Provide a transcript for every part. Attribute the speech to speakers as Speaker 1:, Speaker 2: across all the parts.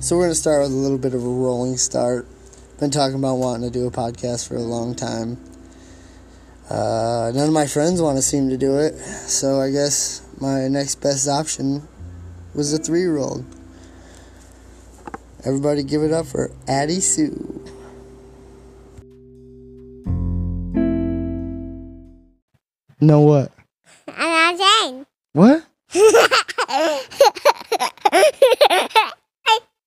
Speaker 1: So we're gonna start with a little bit of a rolling start. Been talking about wanting to do a podcast for a long time. Uh, none of my friends want to seem to do it, so I guess my next best option was a three-year-old. Everybody, give it up for Addie Sue. No what?
Speaker 2: I'm not saying.
Speaker 1: What?
Speaker 2: I,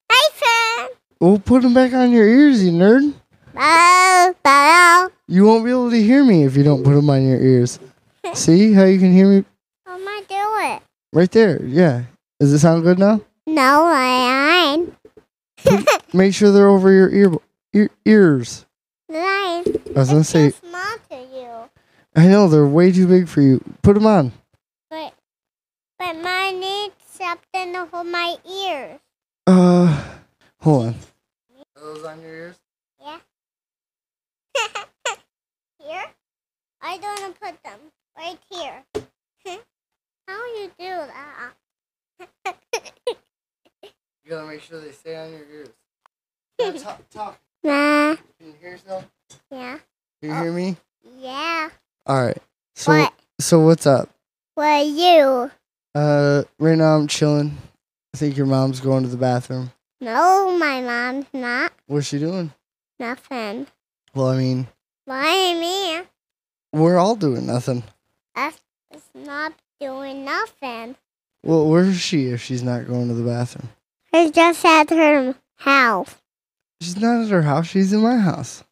Speaker 2: I found.
Speaker 1: Well, put them back on your ears, you nerd.
Speaker 2: Bow, bow.
Speaker 1: You won't be able to hear me if you don't put them on your ears. See how you can hear me
Speaker 2: How am I doing?
Speaker 1: right there? Yeah. Does it sound good now?
Speaker 2: No, I ain't.
Speaker 1: Make sure they're over your ear, ear ears.
Speaker 2: Lying.
Speaker 1: I was gonna
Speaker 2: It's too
Speaker 1: say,
Speaker 2: small to you.
Speaker 1: I know they're way too big for you. Put them on.
Speaker 2: But, but mine needs something to hold my ears.
Speaker 1: Uh, hold on. Are those on your ears?
Speaker 2: here? I don't want to put them right here. How you do that?
Speaker 1: You gotta make sure they stay on your ears. talk, talk.
Speaker 2: Nah.
Speaker 1: Can you hear yourself?
Speaker 2: Yeah.
Speaker 1: Can you hear me?
Speaker 2: Yeah.
Speaker 1: All right. So,
Speaker 2: what?
Speaker 1: so what's up?
Speaker 2: Were you?
Speaker 1: Uh, right now I'm chilling. I think your mom's going to the bathroom.
Speaker 2: No, my mom's not.
Speaker 1: What's she doing?
Speaker 2: Nothing.
Speaker 1: Well, I mean,
Speaker 2: Why me?
Speaker 1: we're all doing nothing.
Speaker 2: Us is not doing nothing.
Speaker 1: Well, where's she if she's not going to the bathroom?
Speaker 2: It's just at her house.
Speaker 1: She's not at her house. She's in my house.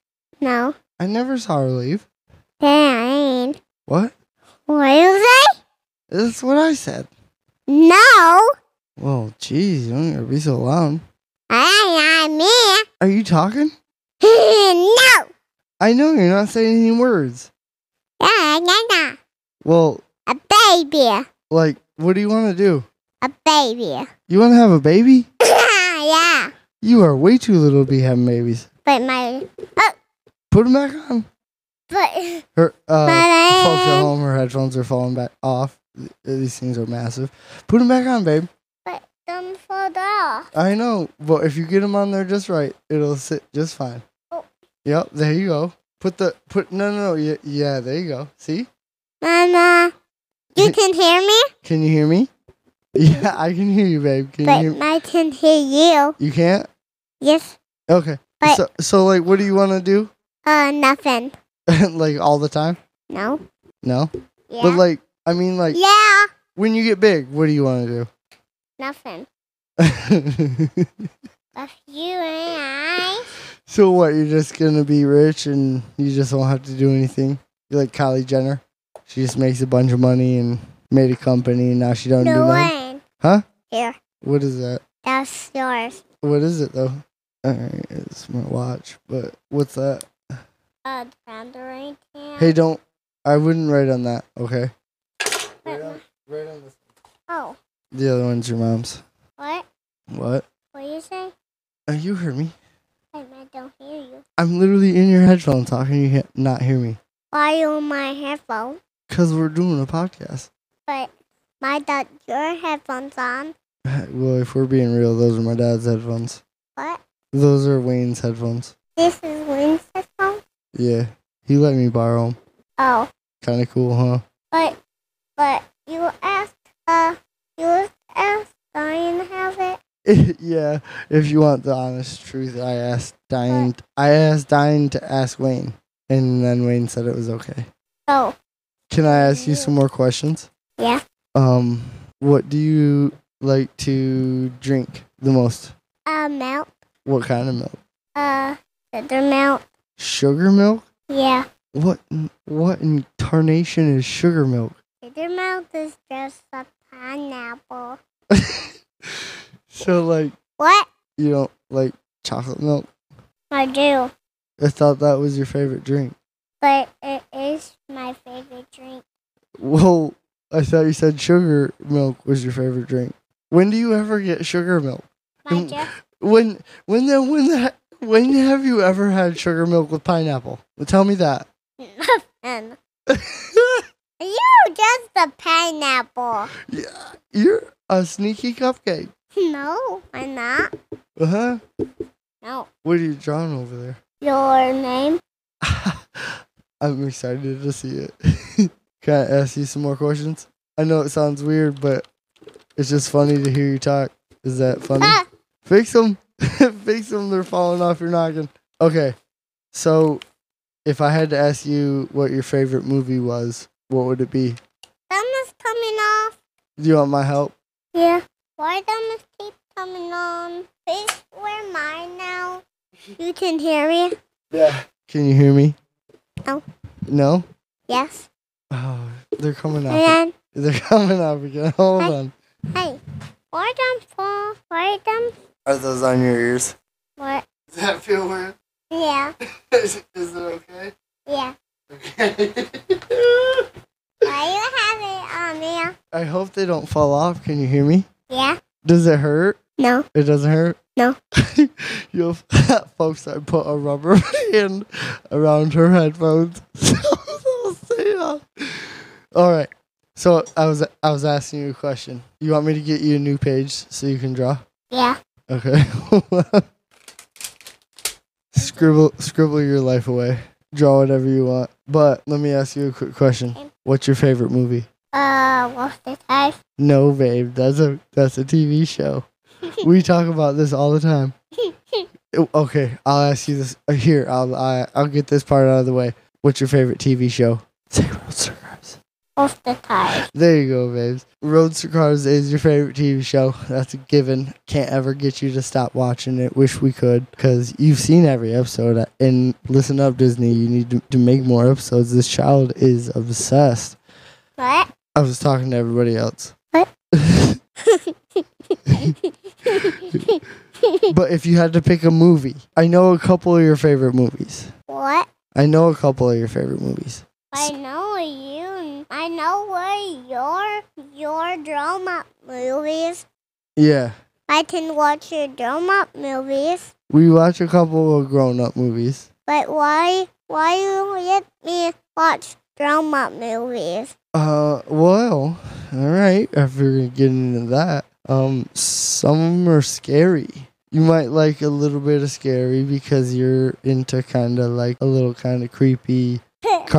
Speaker 2: No.
Speaker 1: I never saw her leave.
Speaker 2: Dang.
Speaker 1: What?
Speaker 2: What you say?
Speaker 1: That's what I said.
Speaker 2: No.
Speaker 1: Well, geez, you don't gotta be so loud.
Speaker 2: I am me.
Speaker 1: Are you talking?
Speaker 2: no.
Speaker 1: I know you're not saying any words.
Speaker 2: Yeah, yeah, yeah.
Speaker 1: Well,
Speaker 2: A baby.
Speaker 1: like, what do you want to do?
Speaker 2: A baby.
Speaker 1: You want to have a baby?
Speaker 2: yeah.
Speaker 1: You are way too little to be having babies.
Speaker 2: But my uh,
Speaker 1: Put them back on.
Speaker 2: but
Speaker 1: Her
Speaker 2: but
Speaker 1: uh, folks at
Speaker 2: I
Speaker 1: home, her headphones are falling back off. Th- These things are massive. Put them back on, babe.
Speaker 2: don't fall off.
Speaker 1: I know, but if you get them on there just right, it'll sit just fine.
Speaker 2: Oh.
Speaker 1: Yep, there you go. Put the put no no no yeah, yeah there you go. See?
Speaker 2: Mama, you can hear me,
Speaker 1: Can you hear me? Yeah, I can hear you, babe. Can you hear
Speaker 2: but I can hear you.
Speaker 1: You can't?
Speaker 2: Yes.
Speaker 1: Okay.
Speaker 2: But-
Speaker 1: so, so like, what do you want to do?
Speaker 2: Uh, nothing.
Speaker 1: like all the time?
Speaker 2: No.
Speaker 1: No.
Speaker 2: Yeah.
Speaker 1: But like, I mean, like,
Speaker 2: yeah.
Speaker 1: when you get big, what do you want to
Speaker 2: Nothing.
Speaker 1: do?
Speaker 2: But you and I.
Speaker 1: so what? You're just gonna be rich and you just won't have to do anything. You're like Kylie Jenner. She just makes a bunch of money and made a company, and now she doesn't do
Speaker 2: No
Speaker 1: nothing.
Speaker 2: one.
Speaker 1: Huh?
Speaker 2: Here.
Speaker 1: What is that?
Speaker 2: That's yours.
Speaker 1: What is it though? All right, it's my watch. But what's that?
Speaker 2: Uh, found the right hand.
Speaker 1: Hey, don't. I wouldn't write on that. Okay.
Speaker 2: Right on-
Speaker 1: right on this.
Speaker 2: Oh,
Speaker 1: The other one's your mom's.
Speaker 2: what?
Speaker 1: What?
Speaker 2: What you say?
Speaker 1: Uh, you heard me.
Speaker 2: Wait, I don't hear you.
Speaker 1: I'm literally in your headphones talking. You can't not hear me
Speaker 2: Why you on my headphone?
Speaker 1: because we're doing a podcast.
Speaker 2: But my dad, your headphones on.
Speaker 1: well, if we're being real, those are my dad's headphones.
Speaker 2: What?
Speaker 1: Those are Wayne's headphones.
Speaker 2: This is Wayne's headphone.
Speaker 1: Yeah, he let me borrow them.
Speaker 2: Oh,
Speaker 1: Kind of cool, huh?
Speaker 2: but but you asked. Uh, you asked. Diane have it.
Speaker 1: yeah. If you want the honest truth, I asked Dine. I asked Dine to ask Wayne, and then Wayne said it was okay.
Speaker 2: Oh,
Speaker 1: Can I ask you some more questions?
Speaker 2: Yeah.
Speaker 1: Um, what do you like to drink the most?
Speaker 2: uh, milk.
Speaker 1: What kind of milk?
Speaker 2: Uh, cider milk.
Speaker 1: Sugar milk?
Speaker 2: Yeah.
Speaker 1: What in- what in tarnation is sugar milk?
Speaker 2: Cider milk is just a pineapple.
Speaker 1: so like
Speaker 2: What?
Speaker 1: you don't like chocolate milk?
Speaker 2: I do,
Speaker 1: I thought that was your favorite drink.
Speaker 2: but it is my favorite drink.
Speaker 1: Well, I thought you said sugar milk was your favorite drink. When do you ever get sugar milk?
Speaker 2: My
Speaker 1: Mm.
Speaker 2: just
Speaker 1: When when then when that when have you ever had sugar milk with pineapple? Well, tell me that.
Speaker 2: nothing. You Oh, just a pineapple.
Speaker 1: Yeah, You're a sneaky cupcake.
Speaker 2: No, I'm not.
Speaker 1: Uh huh.
Speaker 2: No.
Speaker 1: What are you drawing over there?
Speaker 2: Your name?
Speaker 1: I'm excited to see it. Can I ask you some more questions? I know it sounds weird, but it's just funny to hear you talk. Is that funny?
Speaker 2: Ah,
Speaker 1: Fix them. Fix them. They're falling off your noggin. Okay. So, if I had to ask you what your favorite movie was, what would it be?
Speaker 2: thumb is coming off.
Speaker 1: Do you want my help?
Speaker 2: Yeah. Why thumb is keep coming on? Please wear mine now. You can hear me?
Speaker 1: Yeah. Can you hear me?
Speaker 2: No.
Speaker 1: No?
Speaker 2: Yes.
Speaker 1: Oh, they're coming off.
Speaker 2: And
Speaker 1: They're coming off again. Hold
Speaker 2: Hi.
Speaker 1: on.
Speaker 2: then, hey, why them fall? Why them?
Speaker 1: Are those on your ears?
Speaker 2: What?
Speaker 1: Does that feel weird?
Speaker 2: Yeah.
Speaker 1: is, is it okay?
Speaker 2: Yeah.
Speaker 1: Okay.
Speaker 2: Why you have it on there?
Speaker 1: I hope they don't fall off. Can you hear me?
Speaker 2: Yeah.
Speaker 1: Does it hurt?
Speaker 2: No.
Speaker 1: It doesn't hurt?
Speaker 2: No.
Speaker 1: Yo, folks, I put a rubber band around her headphones. So they'll stay on. All right. So I was I was asking you a question. You want me to get you a new page so you can draw?
Speaker 2: Yeah.
Speaker 1: Okay. scribble scribble your life away. Draw whatever you want. But let me ask you a quick question. What's your favorite movie?
Speaker 2: Uh, what's the type?
Speaker 1: No, babe. That's a that's a TV show. we talk about this all the time. Oh, Okay, I'll ask you this. uh, Here, I'll I, I'll get this part out of the way. What's your favorite TV show? Say Roadster Cars.
Speaker 2: What's the type?
Speaker 1: There you go, babes. Roadster Cars is your favorite TV show. That's a given. Can't ever get you to stop watching it. Wish we could, because you've seen every episode. uh, And listen up, Disney. You need to, to make more episodes. This child is obsessed.
Speaker 2: What?
Speaker 1: I was talking to everybody else.
Speaker 2: What?
Speaker 1: But if you had to pick a movie, I know a couple of your favorite movies.
Speaker 2: what?
Speaker 1: I know a couple of your favorite movies.
Speaker 2: I know you. I know what your your drum up movies.
Speaker 1: Yeah.
Speaker 2: I can watch your drum up movies.
Speaker 1: We watch a couple of grown up movies.
Speaker 2: But why why you let me watch drum up movies?
Speaker 1: Uh well, all right, if we're gonna get into that. Um some are scary. You might like a little bit of scary because you're into kinda like a little kinda creepy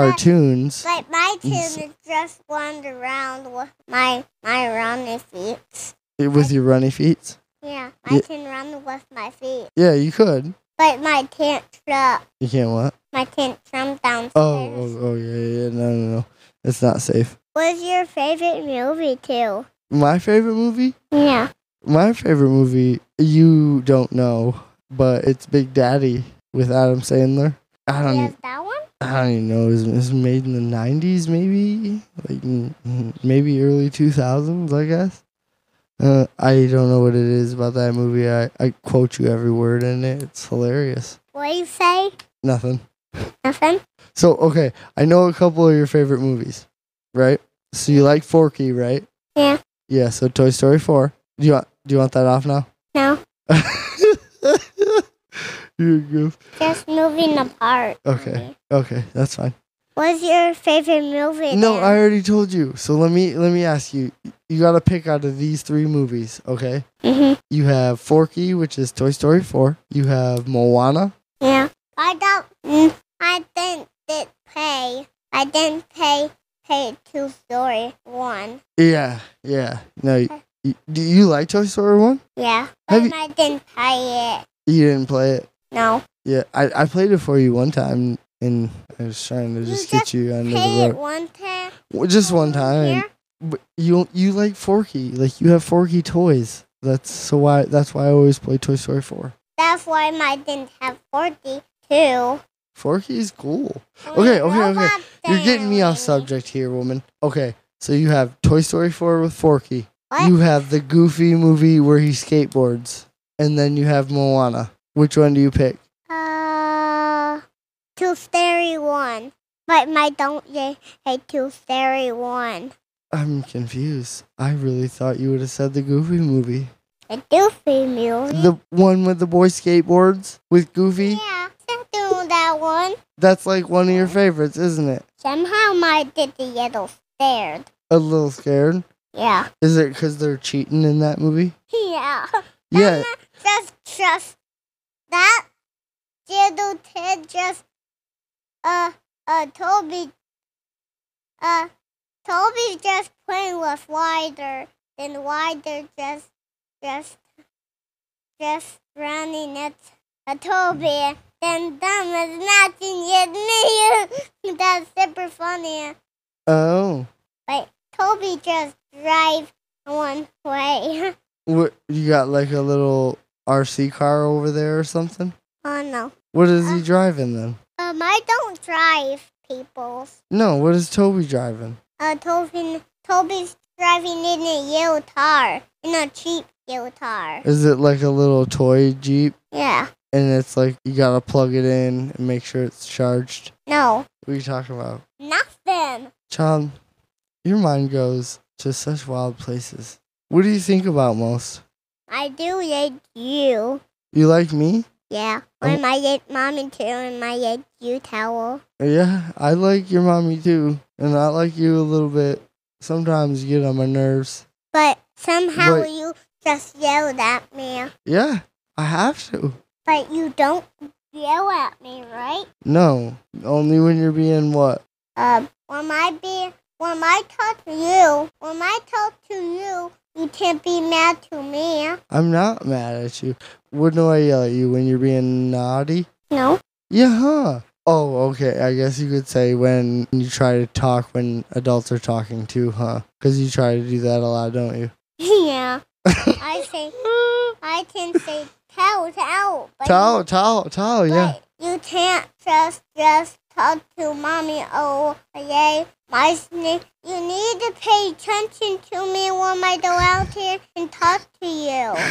Speaker 1: cartoons. Mm.
Speaker 2: Like my
Speaker 1: Yes.
Speaker 2: tune just wander around with my my running feet.
Speaker 1: With your runny feet.
Speaker 2: Yeah, I
Speaker 1: Yeah.
Speaker 2: can run with my feet.
Speaker 1: Yeah, you could.
Speaker 2: But my tantrum,
Speaker 1: You can't what?
Speaker 2: my tantrum downstairs.
Speaker 1: Oh, oh, oh yeah, yeah, no, no, no. It's not safe.
Speaker 2: What's your favorite movie too?
Speaker 1: My favorite movie?
Speaker 2: Yeah.
Speaker 1: My favorite movie, you don't know, but it's Big Daddy with Adam Sandler. I don't, e-
Speaker 2: Yes,
Speaker 1: even,
Speaker 2: that one?
Speaker 1: I don't even know. It was, it was made in the '90s, maybe, like mm, mm, maybe early 2000s, I guess. Uh, I don't know what it is about that movie. I, I quote you every word in it. It's hilarious.
Speaker 2: What do you say?
Speaker 1: Nothing.
Speaker 2: Nothing?
Speaker 1: So okay, I know a couple of your favorite movies, right? So you like Forky, right?
Speaker 2: Yeah.
Speaker 1: Yeah. So Toy Story Four. Do you want Do you want that off now?
Speaker 2: No.
Speaker 1: You're a goof.
Speaker 2: Just moving apart.
Speaker 1: Okay.
Speaker 2: honey.
Speaker 1: Okay, that's fine.
Speaker 2: What's your favorite movie?
Speaker 1: No,
Speaker 2: then?
Speaker 1: I already told you. So let me let me ask you. You got to pick out of these three movies, okay?
Speaker 2: Mhm.
Speaker 1: You have Forky, which is Toy Story Four. You have Moana.
Speaker 2: Yeah. I don't. Mm, I didn't, did pay. I didn't pay. Pay two story one.
Speaker 1: Yeah, yeah. No, y y do you like Toy Story One?
Speaker 2: Yeah.
Speaker 1: Have
Speaker 2: But
Speaker 1: you-
Speaker 2: I didn't pay it.
Speaker 1: You didn't play it.
Speaker 2: No.
Speaker 1: Yeah, I, I played it for you one time, and I was trying to
Speaker 2: You
Speaker 1: just
Speaker 2: just
Speaker 1: get you under
Speaker 2: Pay
Speaker 1: the
Speaker 2: it
Speaker 1: rope.
Speaker 2: one time.
Speaker 1: Well, Just one time.
Speaker 2: Here.
Speaker 1: But you you like Forky, like you have Forky toys. That's so why that's why I always play Toy Story Four.
Speaker 2: That's why I didn't have forty two.
Speaker 1: Forky is cool. Okay, okay, okay. You're getting me off subject here, woman. Okay, so you have Toy Story Four with Forky.
Speaker 2: What?
Speaker 1: You have the Goofy movie where he skateboards, and then you have Moana. Which one do you pick?
Speaker 2: Uh, two story one. But my don't yeah, hey two story one.
Speaker 1: I'm confused. I really thought you would have said the Goofy movie.
Speaker 2: I do female.
Speaker 1: The one with the boy skateboards with Goofy.
Speaker 2: yeah, I'm doing that one.
Speaker 1: That's like one of your favorites, isn't it?
Speaker 2: Somehow my did the yellow stared.
Speaker 1: A little scared.
Speaker 2: Yeah.
Speaker 1: Is it because they're cheating in that movie?
Speaker 2: Yeah.
Speaker 1: Yeah.
Speaker 2: Yeah. Just, just that little kid just uh uh Toby uh Toby just playing with wider then wider just just just running at a Toby then dumb is matching at me. That's super funny.
Speaker 1: Oh,
Speaker 2: Toby just drive one way.
Speaker 1: what you got like a little RC car over there or something?
Speaker 2: oh no.
Speaker 1: What is he
Speaker 2: Uh.
Speaker 1: driving then?
Speaker 2: Um, I don't drive people.
Speaker 1: No, what is Toby driving?
Speaker 2: Uh, Toby, Toby's driving in a yellow car, in a cheap yellow car.
Speaker 1: Is it like a little toy Jeep
Speaker 2: Yeah.
Speaker 1: and it's like you gotta plug it in and make sure it's charged?
Speaker 2: No.
Speaker 1: What are you talking about?
Speaker 2: Nothing.
Speaker 1: Child, your mind goes to such wild places. What do you think about most?
Speaker 2: I do hate you.
Speaker 1: You like me?
Speaker 2: Yeah.
Speaker 1: Oh.
Speaker 2: I might hate mommy too, and I hate you towel.
Speaker 1: Yeah, I like your mommy too, and I like you a little bit. Sometimes you get on my nerves.
Speaker 2: But somehow
Speaker 1: Wait.
Speaker 2: you just yelled at me.
Speaker 1: Yeah, I have to.
Speaker 2: But you don't yell at me, right?
Speaker 1: No, only when you're being what?
Speaker 2: Um, when I be when I talk to you, when I talk to you, you can't be mad to me.
Speaker 1: I'm not mad at you. Wouldn't I yell at you when you're being naughty?
Speaker 2: No.
Speaker 1: Yeah, huh? Oh, okay. I guess you could say when you try to talk when adults are talking too, huh? Because you try to do that a lot, don't you?
Speaker 2: yeah. I say I can say towel towel. But
Speaker 1: Tao, Tao, Tao,
Speaker 2: You,
Speaker 1: yeah.
Speaker 2: But you can't just just talk to mommy. Oh, yay. My snake. You need to pay attention to me when I go out here and talk to you.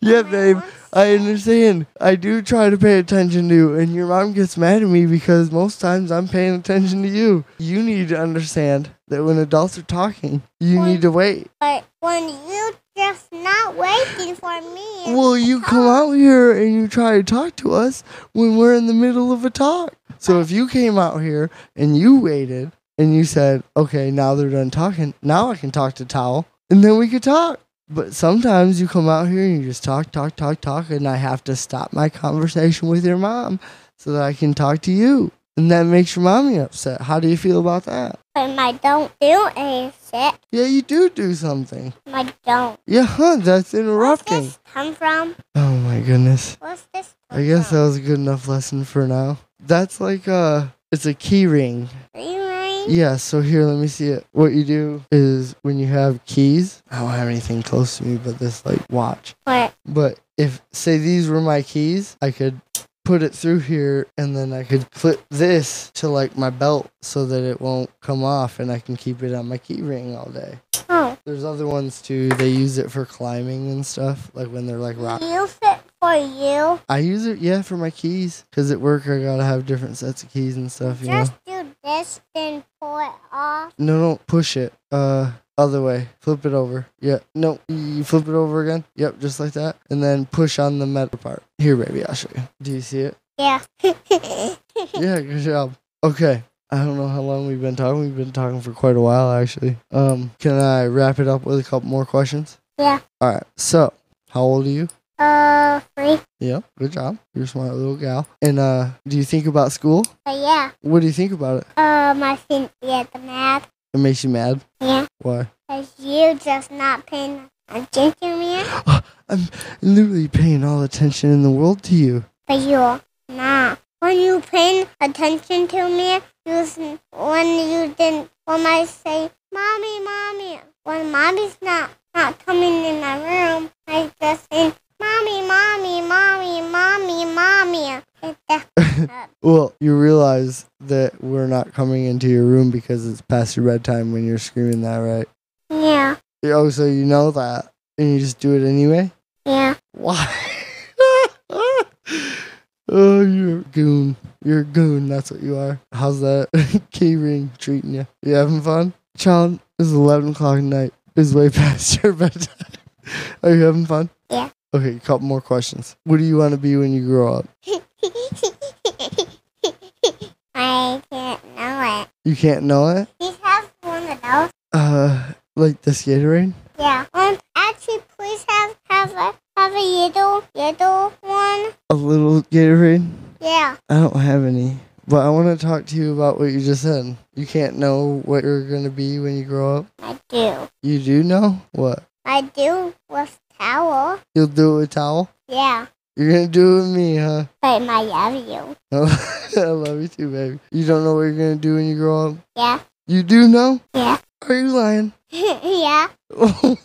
Speaker 1: Yeah,
Speaker 2: My
Speaker 1: babe.
Speaker 2: mom
Speaker 1: I
Speaker 2: said-
Speaker 1: understand. I do try to pay attention to you, and your mom gets mad at me because most times I'm paying attention to you. You need to understand that when adults are talking, you
Speaker 2: Well,
Speaker 1: need to wait.
Speaker 2: But when you just not waiting for me. and
Speaker 1: Well, you come
Speaker 2: talk-
Speaker 1: out here and you try to talk to us when we're in the middle of a talk. So if you came out here and you waited and you said, okay, now they're done talking, now I can talk to Towel, and then we could talk. But sometimes you come out here and you just talk, talk, talk, talk, and I have to stop my conversation with your mom so that I can talk to you. And that makes your mommy upset. How do you feel about that?
Speaker 2: But I don't do anything.
Speaker 1: Yeah, you do do something.
Speaker 2: I don't.
Speaker 1: Yeah, huh? That's
Speaker 2: Where's
Speaker 1: interrupting.
Speaker 2: this come from?
Speaker 1: Oh my goodness.
Speaker 2: Where's this come
Speaker 1: I guess uh, that
Speaker 2: from?
Speaker 1: was a good enough lesson for now. That's like uh it's a key ring.
Speaker 2: Anyway,
Speaker 1: Yeah, so here let me see it. What you do is when you have keys, I don't have anything close to me but this like watch.
Speaker 2: But
Speaker 1: But if say these were my keys, I could put it through here and then I could clip this to like my belt so that it won't come off and I can keep it on my key ring all day.
Speaker 2: oh,
Speaker 1: There's other ones too. They use it for climbing and stuff, like when they're like rock
Speaker 2: you fit for you.
Speaker 1: I use it, yeah, for my keys. Cause at work I gotta have different sets of keys and stuff. You know,
Speaker 2: Just do this, then pull it off.
Speaker 1: no, don't push it. Uh, other way, flip it over. Yeah, no, you flip it over again. Yep, just like that, and then push on the metal part. Here, baby, I'll show you. Do you see it?
Speaker 2: Yeah.
Speaker 1: yeah, good job. Okay, I don't know how long we've been talking. We've been talking for quite a while, actually. Um, can I wrap it up with a couple more questions?
Speaker 2: Yeah.
Speaker 1: All right. So, how old are you?
Speaker 2: uh, free.
Speaker 1: Yeah, good job. You're a smart little gal. And uh, do you think about school?
Speaker 2: But yeah,
Speaker 1: What do you think about it?
Speaker 2: um, I think yeah, the math.
Speaker 1: It makes you mad?
Speaker 2: Yeah,
Speaker 1: Why?
Speaker 2: cause you just not paying attention to me,
Speaker 1: I'm literally paying all attention in the world to you.
Speaker 2: but you're not. When you paying attention to me, you s- when you didn't when I say mommy, mommy. When mommy's not not coming in my room, I just say mommy, mommy, mommy, mommy, mommy. It's the- uh,
Speaker 1: Well, you realize that we're not coming into your room because it's past your bedtime when you're screaming that, right?
Speaker 2: yeah,
Speaker 1: Oh, so you know that. And you just do it anyway?
Speaker 2: yeah.
Speaker 1: Why? oh, you're a goon. You're a goon. That's what you are. How's that key ring treating you? You having fun? Child, it's 11 o'clock at night. It's way past your bedtime. Are you having fun?
Speaker 2: Yeah.
Speaker 1: Okay, a couple more questions. What do you want to be when you grow up?
Speaker 2: I can't know it.
Speaker 1: You can't know it?
Speaker 2: He has one of those.
Speaker 1: Uh, like this Gatorade?
Speaker 2: Yeah. Um, actually, please have have a little one?
Speaker 1: A little Gatorade?
Speaker 2: Yeah.
Speaker 1: I don't have any. But I want to talk to you about what you just said. You can't know what you're going to be when you grow up.
Speaker 2: I do.
Speaker 1: You do know? What?
Speaker 2: I do with towel.
Speaker 1: You'll do it with towel?
Speaker 2: Yeah.
Speaker 1: You're going to do it with me, huh?
Speaker 2: But my love you.
Speaker 1: I love you too, baby. You don't know what you're going to do when you grow up?
Speaker 2: Yeah.
Speaker 1: You do know?
Speaker 2: Yeah.
Speaker 1: Are you lying?
Speaker 2: yeah.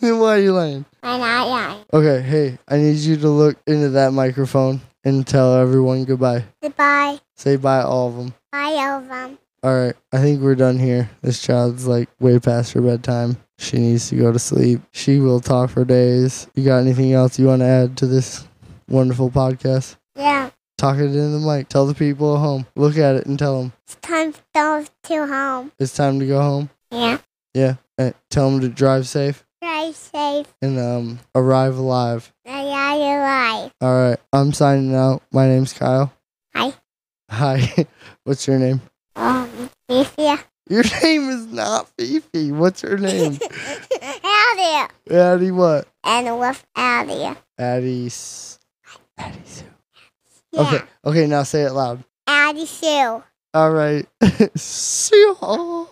Speaker 1: Then Why are you lying?
Speaker 2: I'm not lying.
Speaker 1: Okay, hey, I need you to look into that microphone and tell everyone goodbye.
Speaker 2: Goodbye.
Speaker 1: Say bye, all of them.
Speaker 2: Bye, Elvum.
Speaker 1: All right, I think we're done here. This child's like way past her bedtime. She needs to go to sleep. She will talk for days. You got anything else you want to add to this wonderful podcast?
Speaker 2: Yeah.
Speaker 1: Talk it in the mic. Tell the people at home. Look at it and tell them
Speaker 2: It's time to go to home.
Speaker 1: it's time to go home.
Speaker 2: Yeah.
Speaker 1: Yeah, and tell them to drive safe
Speaker 2: Drive safe.
Speaker 1: and um arrive alive.
Speaker 2: I are alive.
Speaker 1: All right. I'm signing out. My name's Kyle.
Speaker 2: Hi.
Speaker 1: Hi. What's your name?
Speaker 2: Um, Fifi.
Speaker 1: Your name is not Fifi. What's her name?
Speaker 2: Out there.
Speaker 1: Addie what?
Speaker 2: And with out there.
Speaker 1: Addie. S- Addie Sue.
Speaker 2: Yeah.
Speaker 1: Okay. Okay. Now say it loud.
Speaker 2: Addie Sue.
Speaker 1: All right. See ya.